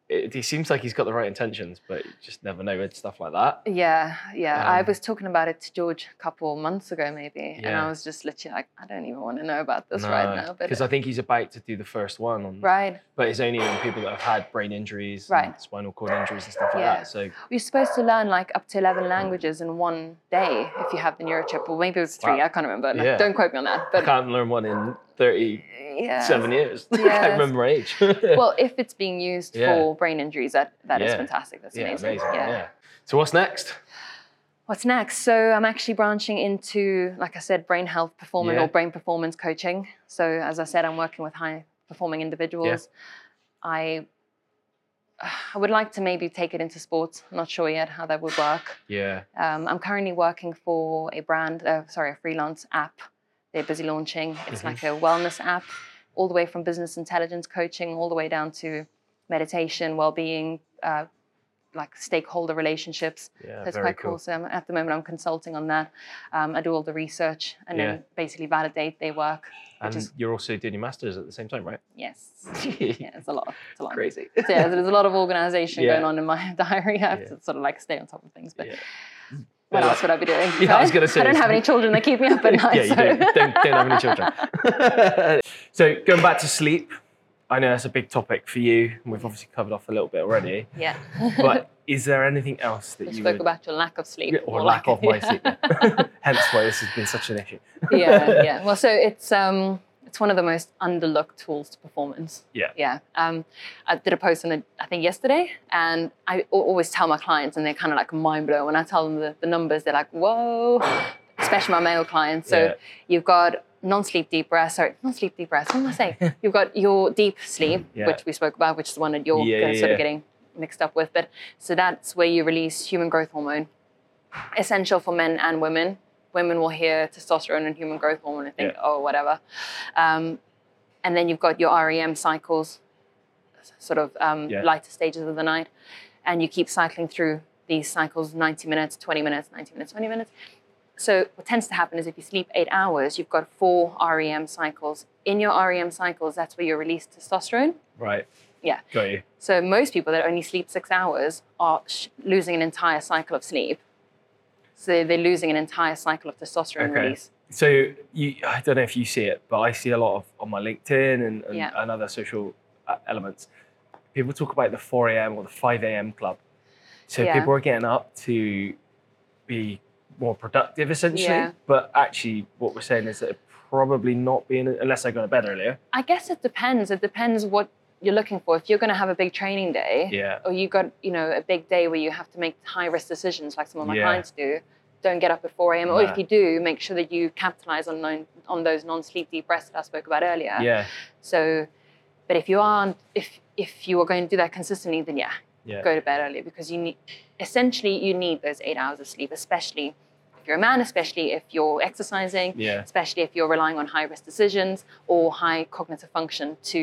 [SPEAKER 1] it, he seems like he's got the right intentions, but you just never know with stuff like that.
[SPEAKER 2] Yeah, yeah. I
[SPEAKER 1] Um,
[SPEAKER 2] was talking about it to George a couple months ago, maybe, and
[SPEAKER 1] Yeah.
[SPEAKER 2] I was just literally like, I don't even want to know about this right now. But
[SPEAKER 1] because I think he's about to do the first one on,
[SPEAKER 2] right,
[SPEAKER 1] but it's only on people that have had brain injuries, and
[SPEAKER 2] Right.
[SPEAKER 1] spinal cord injuries, and stuff like
[SPEAKER 2] Yeah.
[SPEAKER 1] that. So
[SPEAKER 2] you're supposed to learn like up to eleven languages in one day if you have the neurochip, or maybe it was three.
[SPEAKER 1] Wow.
[SPEAKER 2] I can't remember. Like,
[SPEAKER 1] Yeah.
[SPEAKER 2] Don't quote me on that.
[SPEAKER 1] I
[SPEAKER 2] But
[SPEAKER 1] can't learn one in thirty-seven
[SPEAKER 2] yeah.
[SPEAKER 1] years. I
[SPEAKER 2] Yes.
[SPEAKER 1] can't remember my age.
[SPEAKER 2] Well, if it's being used
[SPEAKER 1] Yeah.
[SPEAKER 2] for brain injuries, that that is
[SPEAKER 1] Yeah.
[SPEAKER 2] fantastic. That's
[SPEAKER 1] yeah, amazing.
[SPEAKER 2] amazing.
[SPEAKER 1] Yeah. So what's next?
[SPEAKER 2] What's next? So I'm actually branching into, like I said, brain health performing
[SPEAKER 1] Yeah.
[SPEAKER 2] or brain performance coaching. So as I said, I'm working with high performing individuals. I I would like to maybe take it into sports. I'm not sure yet how that would work.
[SPEAKER 1] Yeah.
[SPEAKER 2] Um, I'm currently working for a brand, uh, sorry, a freelance app. They're busy launching. It's
[SPEAKER 1] Mhm.
[SPEAKER 2] like a wellness app, all the way from business intelligence coaching, all the way down to meditation, well-being, uh, like stakeholder relationships.
[SPEAKER 1] Yeah,
[SPEAKER 2] So it's
[SPEAKER 1] very
[SPEAKER 2] quite
[SPEAKER 1] cool.
[SPEAKER 2] cool. So I'm, at the moment, I'm consulting on that. Um, I do all the research and
[SPEAKER 1] Yeah.
[SPEAKER 2] then basically validate their work.
[SPEAKER 1] And
[SPEAKER 2] is-
[SPEAKER 1] you're also doing your masters at the same time, right?
[SPEAKER 2] Yes. Yeah, it's a lot. It's a lot.
[SPEAKER 1] Crazy.
[SPEAKER 2] So yeah, there's a lot of organization
[SPEAKER 1] Yeah.
[SPEAKER 2] going on in my diary. I have
[SPEAKER 1] Yeah.
[SPEAKER 2] to sort of like stay on top of things. But
[SPEAKER 1] Yeah.
[SPEAKER 2] what
[SPEAKER 1] Yeah.
[SPEAKER 2] else would I be doing?
[SPEAKER 1] Yeah, I was gonna say,
[SPEAKER 2] I don't
[SPEAKER 1] it's-
[SPEAKER 2] have any children that keep me up at night.
[SPEAKER 1] yeah, you
[SPEAKER 2] so-
[SPEAKER 1] don't, don't, don't have any children. so going back to sleep, I know that's a big topic for you, and we've obviously covered off a little bit already.
[SPEAKER 2] yeah.
[SPEAKER 1] But is there anything else that
[SPEAKER 2] we
[SPEAKER 1] you
[SPEAKER 2] spoke
[SPEAKER 1] would,
[SPEAKER 2] about your lack of sleep.
[SPEAKER 1] Yeah, or lack
[SPEAKER 2] like-
[SPEAKER 1] of my
[SPEAKER 2] yeah.
[SPEAKER 1] sleep? Hence why this has been such an issue.
[SPEAKER 2] yeah, yeah. Well, so it's um, it's one of the most underlooked tools to performance.
[SPEAKER 1] Yeah.
[SPEAKER 2] Yeah. Um, I did a post on it, I think yesterday, and I al- always tell my clients, and they're kind of like mind blown when I tell them the, the numbers. They're like, whoa, especially my male clients. So
[SPEAKER 1] Yeah.
[SPEAKER 2] you've got non-sleep deep rest. Sorry, non-sleep deep rest. What am I saying? you've got your deep sleep,
[SPEAKER 1] Yeah.
[SPEAKER 2] which we spoke about, which is the one that you're
[SPEAKER 1] Yeah,
[SPEAKER 2] gonna
[SPEAKER 1] yeah,
[SPEAKER 2] sort
[SPEAKER 1] yeah.
[SPEAKER 2] of getting mixed up with. But so that's where you release human growth hormone essential for men and women. Women will hear testosterone and human growth hormone and think, oh, whatever. Um, and then you've got your REM cycles, s- sort of um,
[SPEAKER 1] Yeah.
[SPEAKER 2] lighter stages of the night. And you keep cycling through these cycles 90 minutes, 20 minutes, 90 minutes, 20 minutes. So, what tends to happen is if you sleep eight hours, you've got four REM cycles. In your REM cycles, that's where you release testosterone.
[SPEAKER 1] Right.
[SPEAKER 2] Yeah.
[SPEAKER 1] Got you.
[SPEAKER 2] So, most people that only sleep six hours are sh- losing an entire cycle of sleep. So, they're- they're losing an entire cycle of testosterone
[SPEAKER 1] Okay.
[SPEAKER 2] release.
[SPEAKER 1] So you, I don't know if you see it, but I see a lot of on my LinkedIn and, and,
[SPEAKER 2] Yeah.
[SPEAKER 1] and other social uh, elements. People talk about the 4 a.m. or the 5 a.m. club. So
[SPEAKER 2] Yeah.
[SPEAKER 1] people are getting up to be more productive, essentially.
[SPEAKER 2] Yeah.
[SPEAKER 1] But actually, what we're saying is that they're probably not being unless they go to bed earlier.
[SPEAKER 2] I guess it depends. It depends what you're looking for. If you're going to have a big training day,
[SPEAKER 1] Yeah.
[SPEAKER 2] or you got you know a big day where you have to make high risk decisions, like some of my
[SPEAKER 1] Yeah.
[SPEAKER 2] clients do, don't get up at 4 a.m. Or
[SPEAKER 1] Nah.
[SPEAKER 2] if you do, make sure that you capitalize on non, on those non-sleep deep rests that I spoke about earlier.
[SPEAKER 1] Yeah.
[SPEAKER 2] So, but if you aren't, if if you are going to do that consistently, then yeah,
[SPEAKER 1] Yeah.
[SPEAKER 2] go to bed early because you need essentially you need those eight hours of sleep, especially if you're a man, especially if you're exercising
[SPEAKER 1] Yeah.
[SPEAKER 2] especially if you're relying on high risk decisions or high cognitive function to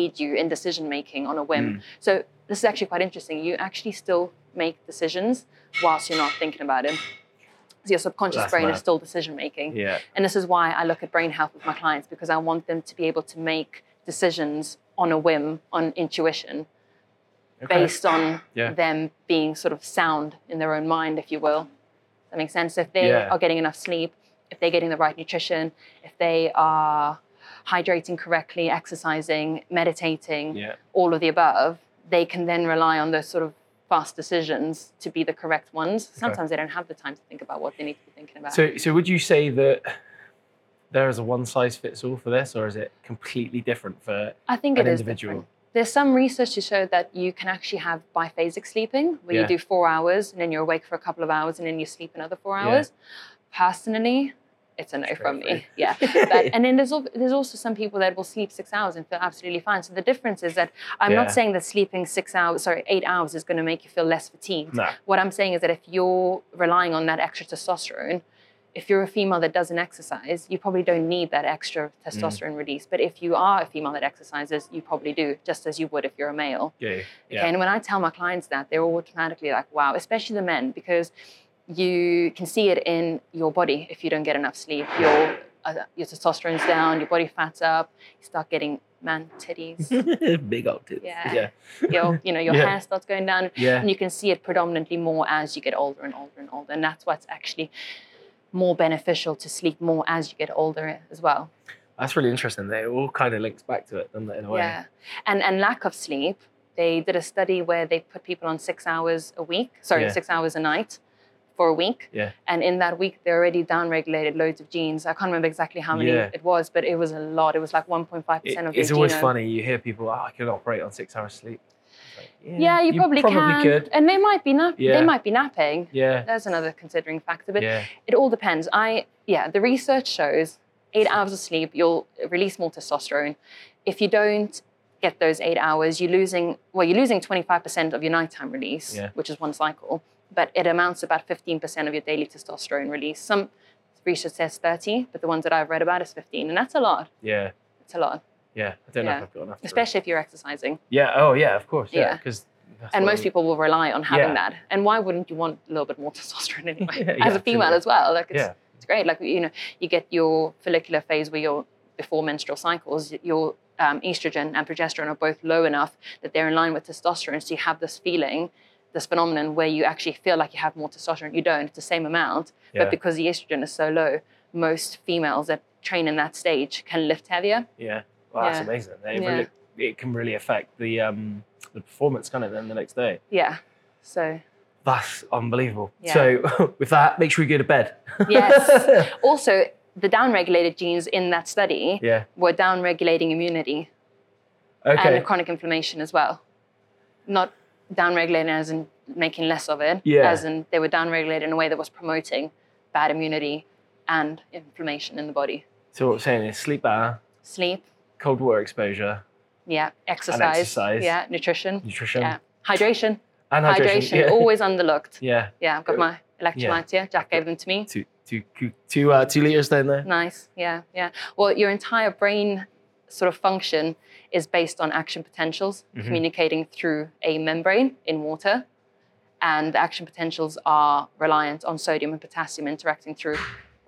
[SPEAKER 2] aid you in decision making on a
[SPEAKER 1] Hmm.
[SPEAKER 2] whim. So, this is actually quite interesting. You actually still make decisions whilst you're not thinking about it. So your subconscious
[SPEAKER 1] That's
[SPEAKER 2] brain
[SPEAKER 1] mad.
[SPEAKER 2] is still decision making.
[SPEAKER 1] Yeah.
[SPEAKER 2] And this is why I look at brain health with my clients because I want them to be able to make decisions on a whim, on intuition,
[SPEAKER 1] Okay.
[SPEAKER 2] based on
[SPEAKER 1] Yeah.
[SPEAKER 2] them being sort of sound in their own mind, if you will. That makes sense. If they
[SPEAKER 1] Yeah.
[SPEAKER 2] are getting enough sleep, if they're getting the right nutrition, if they are hydrating correctly, exercising, meditating,
[SPEAKER 1] Yeah.
[SPEAKER 2] all of the above, they can then rely on those sort of fast decisions to be the correct ones. Sometimes they don't have the time to think about what they need to be thinking about.
[SPEAKER 1] So, so would you say that there is a one size fits all for this, or is it completely different for?
[SPEAKER 2] I think
[SPEAKER 1] an
[SPEAKER 2] it is
[SPEAKER 1] individual.
[SPEAKER 2] different. There's some research to show that you can actually have biphasic sleeping, where
[SPEAKER 1] Yeah.
[SPEAKER 2] you do four hours and then you're awake for a couple of hours and then you sleep another four
[SPEAKER 1] Yeah.
[SPEAKER 2] hours. Personally, it's a no
[SPEAKER 1] Straight
[SPEAKER 2] from
[SPEAKER 1] through.
[SPEAKER 2] me. Yeah. But, and then there's, al- there's also some people that will sleep six hours and feel absolutely fine. So the difference is that I'm
[SPEAKER 1] Yeah.
[SPEAKER 2] not saying that sleeping six hours, sorry, eight hours is going to make you feel less fatigued.
[SPEAKER 1] No.
[SPEAKER 2] What I'm saying is that if you're relying on that extra testosterone, if you're a female that doesn't exercise, you probably don't need that
[SPEAKER 1] Mm.
[SPEAKER 2] extra testosterone release. But if you are a female that exercises, you probably do, just as you would if you're a male.
[SPEAKER 1] Yeah.
[SPEAKER 2] Okay.
[SPEAKER 1] Yeah.
[SPEAKER 2] And when I tell my clients that, they're automatically like, wow, especially the men, because you can see it in your body if you don't get enough sleep. Your uh, your testosterone's down, your body fat's up, you start getting man titties.
[SPEAKER 1] Big old tits.
[SPEAKER 2] Yeah.
[SPEAKER 1] Yeah.
[SPEAKER 2] your you know your
[SPEAKER 1] Yeah.
[SPEAKER 2] hair starts going down,
[SPEAKER 1] Yeah.
[SPEAKER 2] and you can see it predominantly more as you get older and older and older. And that's what's actually more beneficial to sleep more as you get older as well.
[SPEAKER 1] That's really interesting. That it all kind of links back to it, doesn't it, in a way?
[SPEAKER 2] Yeah. And and lack of sleep. They did a study where they put people on six hours a week, sorry,
[SPEAKER 1] Yeah.
[SPEAKER 2] six hours a night for a week.
[SPEAKER 1] Yeah.
[SPEAKER 2] And in that week, they already downregulated loads of genes. I can't remember exactly how many
[SPEAKER 1] Yeah.
[SPEAKER 2] it was, but it was a lot. It was like 1.5%
[SPEAKER 1] It-
[SPEAKER 2] of their
[SPEAKER 1] it's always
[SPEAKER 2] genome.
[SPEAKER 1] funny. You hear people, oh, I can operate on six hours sleep. It's like,
[SPEAKER 2] Yeah, you, probably, can.
[SPEAKER 1] could.
[SPEAKER 2] And they might be nap-
[SPEAKER 1] Yeah.
[SPEAKER 2] they might be napping.
[SPEAKER 1] Yeah.
[SPEAKER 2] There's another considering factor, but
[SPEAKER 1] yeah.
[SPEAKER 2] it all depends. I yeah, the research shows eight hours of sleep, you'll release more testosterone. If you don't get those eight hours, you're losing well, you're losing 25% of your nighttime release,
[SPEAKER 1] Yeah.
[SPEAKER 2] which is one cycle, but it amounts to about 15% of your daily testosterone release. Some research says 30, but the ones that I've read about is 15, and that's a lot.
[SPEAKER 1] Yeah.
[SPEAKER 2] It's a lot,
[SPEAKER 1] Yeah. I don't know
[SPEAKER 2] Yeah.
[SPEAKER 1] if I've got enough. for-
[SPEAKER 2] especially if you're exercising.
[SPEAKER 1] Yeah. Oh, yeah. Of course. Yeah.
[SPEAKER 2] Yeah.
[SPEAKER 1] Because That's
[SPEAKER 2] and
[SPEAKER 1] what
[SPEAKER 2] most
[SPEAKER 1] I-
[SPEAKER 2] people will rely on having
[SPEAKER 1] Yeah.
[SPEAKER 2] that. And why wouldn't you want a little bit more testosterone anyway?
[SPEAKER 1] Yeah,
[SPEAKER 2] As
[SPEAKER 1] yeah,
[SPEAKER 2] a female
[SPEAKER 1] absolutely.
[SPEAKER 2] as well, like it's,
[SPEAKER 1] Yeah.
[SPEAKER 2] it's great. Like you know, you get your follicular phase where you're before menstrual cycles, your um, estrogen and progesterone are both low enough that they're in line with testosterone. So you have this feeling, this phenomenon where you actually feel like you have more testosterone. You don't. It's the same amount,
[SPEAKER 1] Yeah.
[SPEAKER 2] but because the estrogen is so low, most females that train in that stage can lift heavier.
[SPEAKER 1] Yeah. Well, that's
[SPEAKER 2] Yeah.
[SPEAKER 1] amazing. It,
[SPEAKER 2] Yeah.
[SPEAKER 1] really, it can really affect the um, the performance, can it, then the next day?
[SPEAKER 2] Yeah. So
[SPEAKER 1] That's unbelievable.
[SPEAKER 2] Yeah.
[SPEAKER 1] So, with that, make sure you go to bed.
[SPEAKER 2] Yes. also the downregulated genes in that study
[SPEAKER 1] yeah.
[SPEAKER 2] were downregulating immunity
[SPEAKER 1] Okay.
[SPEAKER 2] and chronic inflammation as well. Not downregulating as in making less of it,
[SPEAKER 1] Yeah.
[SPEAKER 2] as in they were downregulated in a way that was promoting bad immunity and inflammation in the body.
[SPEAKER 1] so, what we're saying is sleep better,
[SPEAKER 2] Sleep,
[SPEAKER 1] cold water exposure,
[SPEAKER 2] yeah, exercise,
[SPEAKER 1] exercise.
[SPEAKER 2] yeah, nutrition,
[SPEAKER 1] nutrition,
[SPEAKER 2] yeah, hydration,
[SPEAKER 1] and hydration.
[SPEAKER 2] hydration,
[SPEAKER 1] Yeah.
[SPEAKER 2] always underlooked.
[SPEAKER 1] yeah.
[SPEAKER 2] Yeah, I've got my electrolytes here. Jack gave them to me.
[SPEAKER 1] Two, two, two, two, uh, two liters down there.
[SPEAKER 2] Nice. Yeah, yeah. Well, your entire brain sort of function is based on action potentials
[SPEAKER 1] Mhm.
[SPEAKER 2] communicating through a membrane in water. And the action potentials are reliant on sodium and potassium interacting through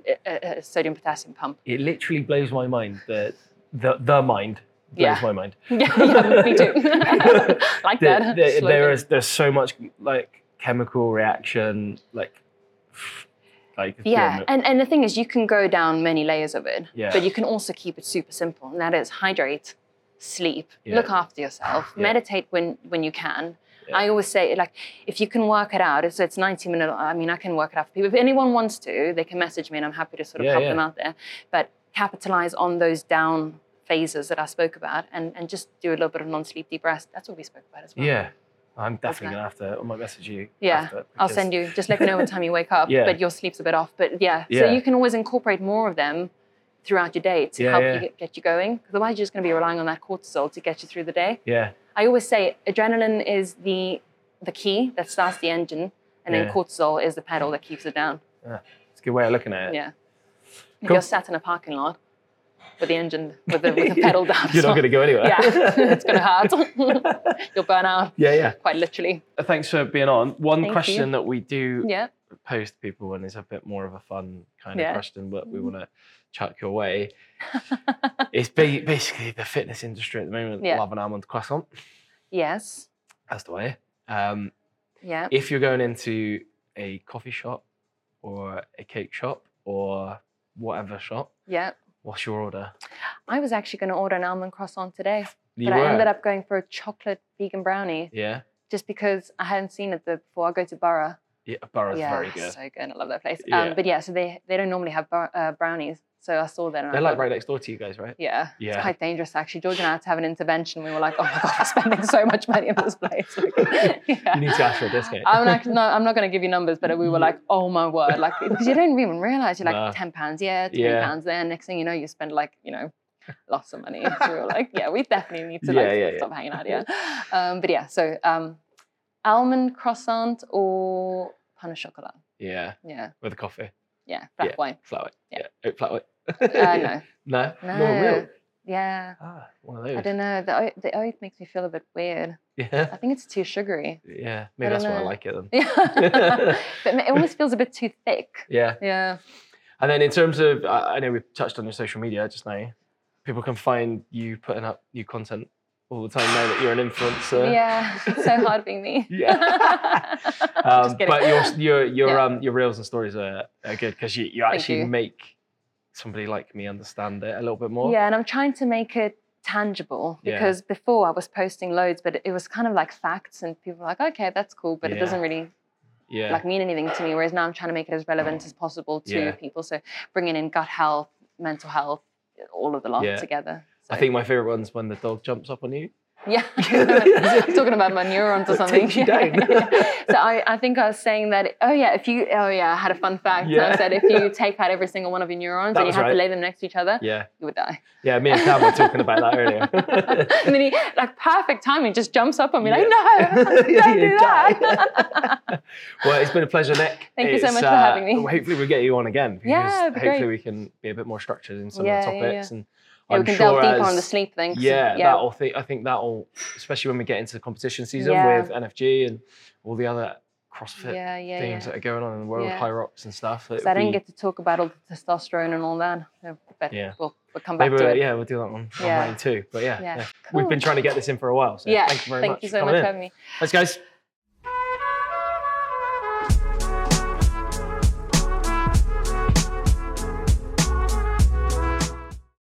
[SPEAKER 2] a- a, a sodium potassium pump.
[SPEAKER 1] It literally blows my mind. The the, the mind blows
[SPEAKER 2] Yeah.
[SPEAKER 1] my mind.
[SPEAKER 2] yeah, yeah, me too. like
[SPEAKER 1] The-
[SPEAKER 2] that.
[SPEAKER 1] the-
[SPEAKER 2] slogan.
[SPEAKER 1] there is there's so much like chemical reaction like like
[SPEAKER 2] Yeah,
[SPEAKER 1] um,
[SPEAKER 2] and, and the thing is, you can go down many layers of it,
[SPEAKER 1] Yeah.
[SPEAKER 2] but you can also keep it super simple, and that is hydrate, sleep,
[SPEAKER 1] Yeah.
[SPEAKER 2] look after yourself,
[SPEAKER 1] Yeah.
[SPEAKER 2] meditate when when you can.
[SPEAKER 1] Yeah.
[SPEAKER 2] I always say, like, if you can work it out, it's, it's 90 minute. I mean, I can work it out for people. If anyone wants to, they can message me, and I'm happy to sort of
[SPEAKER 1] Yeah,
[SPEAKER 2] help
[SPEAKER 1] yeah.
[SPEAKER 2] them out there. But capitalize on those down phases that I spoke about, and and just do a little bit of non-sleep deep rest. That's what we spoke about as well.
[SPEAKER 1] yeah. I'm definitely
[SPEAKER 2] Okay.
[SPEAKER 1] gonna have to. I might message you.
[SPEAKER 2] Yeah,
[SPEAKER 1] after,
[SPEAKER 2] I'll
[SPEAKER 1] because-
[SPEAKER 2] send you. Just let me know what time you wake up.
[SPEAKER 1] Yeah.
[SPEAKER 2] But your sleep's a bit off. But yeah.
[SPEAKER 1] Yeah.
[SPEAKER 2] So you can always incorporate more of them throughout your day to
[SPEAKER 1] Yeah,
[SPEAKER 2] help
[SPEAKER 1] yeah.
[SPEAKER 2] you get, get you going. 'Cause Otherwise, you're just going to be relying on that cortisol to get you through the day.
[SPEAKER 1] Yeah,
[SPEAKER 2] I always say adrenaline is the the key that starts the engine,
[SPEAKER 1] Yeah.
[SPEAKER 2] and then cortisol is the pedal that keeps it down.
[SPEAKER 1] it's a good way of looking at it.
[SPEAKER 2] Yeah. If
[SPEAKER 1] Cool.
[SPEAKER 2] you're sat in a parking lot with the engine with the, with the pedal down,
[SPEAKER 1] You're not
[SPEAKER 2] so-
[SPEAKER 1] gonna go anywhere.
[SPEAKER 2] Yeah, it's going to hurt. you'll burn out
[SPEAKER 1] yeah, yeah.
[SPEAKER 2] quite literally.
[SPEAKER 1] Uh, Thanks for being on. One
[SPEAKER 2] Thank
[SPEAKER 1] question
[SPEAKER 2] you.
[SPEAKER 1] that we do
[SPEAKER 2] Yeah.
[SPEAKER 1] pose to people, and it's a bit more of a fun kind
[SPEAKER 2] Yeah. Mm-hmm.
[SPEAKER 1] of question, but we want to chuck your way. it's ba- basically the fitness industry at the moment.
[SPEAKER 2] Yeah.
[SPEAKER 1] Love an almond croissant.
[SPEAKER 2] Yes.
[SPEAKER 1] That's the way. Um,
[SPEAKER 2] Yeah.
[SPEAKER 1] if you're going into a coffee shop or a cake shop or whatever shop,
[SPEAKER 2] Yeah.
[SPEAKER 1] what's your order?
[SPEAKER 2] I was actually going to order an almond croissant today,
[SPEAKER 1] You
[SPEAKER 2] but I
[SPEAKER 1] were?
[SPEAKER 2] ended up going for a chocolate vegan brownie
[SPEAKER 1] Yeah.
[SPEAKER 2] just because I hadn't seen it there before. I go to Borough.
[SPEAKER 1] Yeah, Burrow's
[SPEAKER 2] yeah,
[SPEAKER 1] very good.
[SPEAKER 2] so good. I love that place.
[SPEAKER 1] Yeah.
[SPEAKER 2] Um, but yeah, so they they don't normally have bar, uh, brownies, so I saw that. And I
[SPEAKER 1] They're like
[SPEAKER 2] thought,
[SPEAKER 1] right next door to you guys, right?
[SPEAKER 2] Yeah.
[SPEAKER 1] Yeah.
[SPEAKER 2] It's quite dangerous actually. George and I had to have an intervention. We were like, oh my god, we're spending so much money on this place. Like, yeah.
[SPEAKER 1] You need to ask for a discount.
[SPEAKER 2] I'm like, no, I'm not going to give you numbers, but we were like, oh my word, like, because you don't even realize you're like
[SPEAKER 1] Nah.
[SPEAKER 2] ten pounds, yeah, twenty
[SPEAKER 1] Yeah.
[SPEAKER 2] pounds there. Next thing you know, you spend like, you know, lots of money. So we were like, yeah, we definitely need to like
[SPEAKER 1] Yeah, yeah, yeah.
[SPEAKER 2] stop hanging out here. Um, but yeah, so um, almond croissant or pan au chocolat.
[SPEAKER 1] yeah,
[SPEAKER 2] Yeah,
[SPEAKER 1] with a coffee,
[SPEAKER 2] yeah, black
[SPEAKER 1] Yeah.
[SPEAKER 2] wine.
[SPEAKER 1] flat white. Yeah,
[SPEAKER 2] Yeah.
[SPEAKER 1] oat flat white.
[SPEAKER 2] Uh, no,
[SPEAKER 1] no,
[SPEAKER 2] no,
[SPEAKER 1] more milk.
[SPEAKER 2] yeah.
[SPEAKER 1] Ah, one of
[SPEAKER 2] I
[SPEAKER 1] those.
[SPEAKER 2] don't know. The oat, the oat makes me feel a bit weird.
[SPEAKER 1] Yeah,
[SPEAKER 2] I think it's too sugary.
[SPEAKER 1] yeah. Maybe
[SPEAKER 2] I
[SPEAKER 1] that's
[SPEAKER 2] don't
[SPEAKER 1] why I
[SPEAKER 2] know.
[SPEAKER 1] like it then.
[SPEAKER 2] Yeah, but it almost feels a bit too thick.
[SPEAKER 1] Yeah,
[SPEAKER 2] Yeah.
[SPEAKER 1] and then in terms of, I I know we touched on your social media just now. People can find you putting up new content all the time now that you're an influencer.
[SPEAKER 2] Yeah, it's so hard being me.
[SPEAKER 1] Yeah.
[SPEAKER 2] Just
[SPEAKER 1] Um,
[SPEAKER 2] kidding.
[SPEAKER 1] but your your your
[SPEAKER 2] Yeah.
[SPEAKER 1] um your reels and stories are, are good because you, you
[SPEAKER 2] Thank
[SPEAKER 1] actually
[SPEAKER 2] you.
[SPEAKER 1] make somebody like me understand it a little bit more.
[SPEAKER 2] Yeah, and I'm trying to make it tangible
[SPEAKER 1] Yeah.
[SPEAKER 2] because before I was posting loads, but it was kind of like facts, and people were like, okay, that's cool, but it
[SPEAKER 1] Yeah.
[SPEAKER 2] doesn't really
[SPEAKER 1] yeah,
[SPEAKER 2] like mean anything to me. Whereas now I'm trying to make it as relevant as possible to
[SPEAKER 1] Yeah.
[SPEAKER 2] people. So bringing in gut health, mental health, all of the lot
[SPEAKER 1] Yeah.
[SPEAKER 2] together. So,
[SPEAKER 1] I think my favorite one's when the dog jumps up on you.
[SPEAKER 2] Yeah. Talking about my neurons or
[SPEAKER 1] That
[SPEAKER 2] something.
[SPEAKER 1] takes you down.
[SPEAKER 2] so I, I think I was saying that, oh yeah, if you, oh yeah, I had a fun fact. and
[SPEAKER 1] Yeah.
[SPEAKER 2] I said if you take out every single one of your neurons
[SPEAKER 1] That
[SPEAKER 2] and you
[SPEAKER 1] was
[SPEAKER 2] have
[SPEAKER 1] right.
[SPEAKER 2] to lay them next to each other,
[SPEAKER 1] Yeah,
[SPEAKER 2] you would die.
[SPEAKER 1] yeah. Me and Cam were talking about that earlier.
[SPEAKER 2] and then he, like, perfect timing, just jumps up on me, like,
[SPEAKER 1] Yeah.
[SPEAKER 2] no, don't
[SPEAKER 1] Yeah, you
[SPEAKER 2] do that.
[SPEAKER 1] well, it's been a pleasure, Nick.
[SPEAKER 2] Thank you so
[SPEAKER 1] It's,
[SPEAKER 2] much for having me.
[SPEAKER 1] Hopefully, we'll get you on again. because
[SPEAKER 2] Yeah, it'd be
[SPEAKER 1] hopefully
[SPEAKER 2] great.
[SPEAKER 1] we can be a bit more structured in some
[SPEAKER 2] Yeah,
[SPEAKER 1] of the
[SPEAKER 2] yeah,
[SPEAKER 1] topics, and
[SPEAKER 2] Yeah,
[SPEAKER 1] I'm
[SPEAKER 2] we can
[SPEAKER 1] sure
[SPEAKER 2] delve deeper on the
[SPEAKER 1] as-
[SPEAKER 2] sleep thing. 'cause,
[SPEAKER 1] Yeah,
[SPEAKER 2] yeah.
[SPEAKER 1] that'll thi- I think that'll, especially when we get into competition season
[SPEAKER 2] Yeah.
[SPEAKER 1] with NFG and all the other CrossFit
[SPEAKER 2] yeah, yeah,
[SPEAKER 1] things
[SPEAKER 2] yeah.
[SPEAKER 1] that are going on in the world,
[SPEAKER 2] Yeah.
[SPEAKER 1] high rocks and stuff. it
[SPEAKER 2] So I
[SPEAKER 1] would
[SPEAKER 2] didn't
[SPEAKER 1] be-
[SPEAKER 2] get to talk about all the testosterone and all that. so- But
[SPEAKER 1] Yeah.
[SPEAKER 2] we'll, we'll come back
[SPEAKER 1] maybe
[SPEAKER 2] to
[SPEAKER 1] we'll-
[SPEAKER 2] it.
[SPEAKER 1] yeah, we'll do that one
[SPEAKER 2] Yeah.
[SPEAKER 1] online too. But yeah, yeah.
[SPEAKER 2] Yeah.
[SPEAKER 1] we've been
[SPEAKER 2] Cool.
[SPEAKER 1] trying to get this in for a while. So
[SPEAKER 2] yeah.
[SPEAKER 1] thank you very much.
[SPEAKER 2] so
[SPEAKER 1] for
[SPEAKER 2] much
[SPEAKER 1] coming
[SPEAKER 2] for
[SPEAKER 1] in.
[SPEAKER 2] having me.
[SPEAKER 1] Thanks, guys.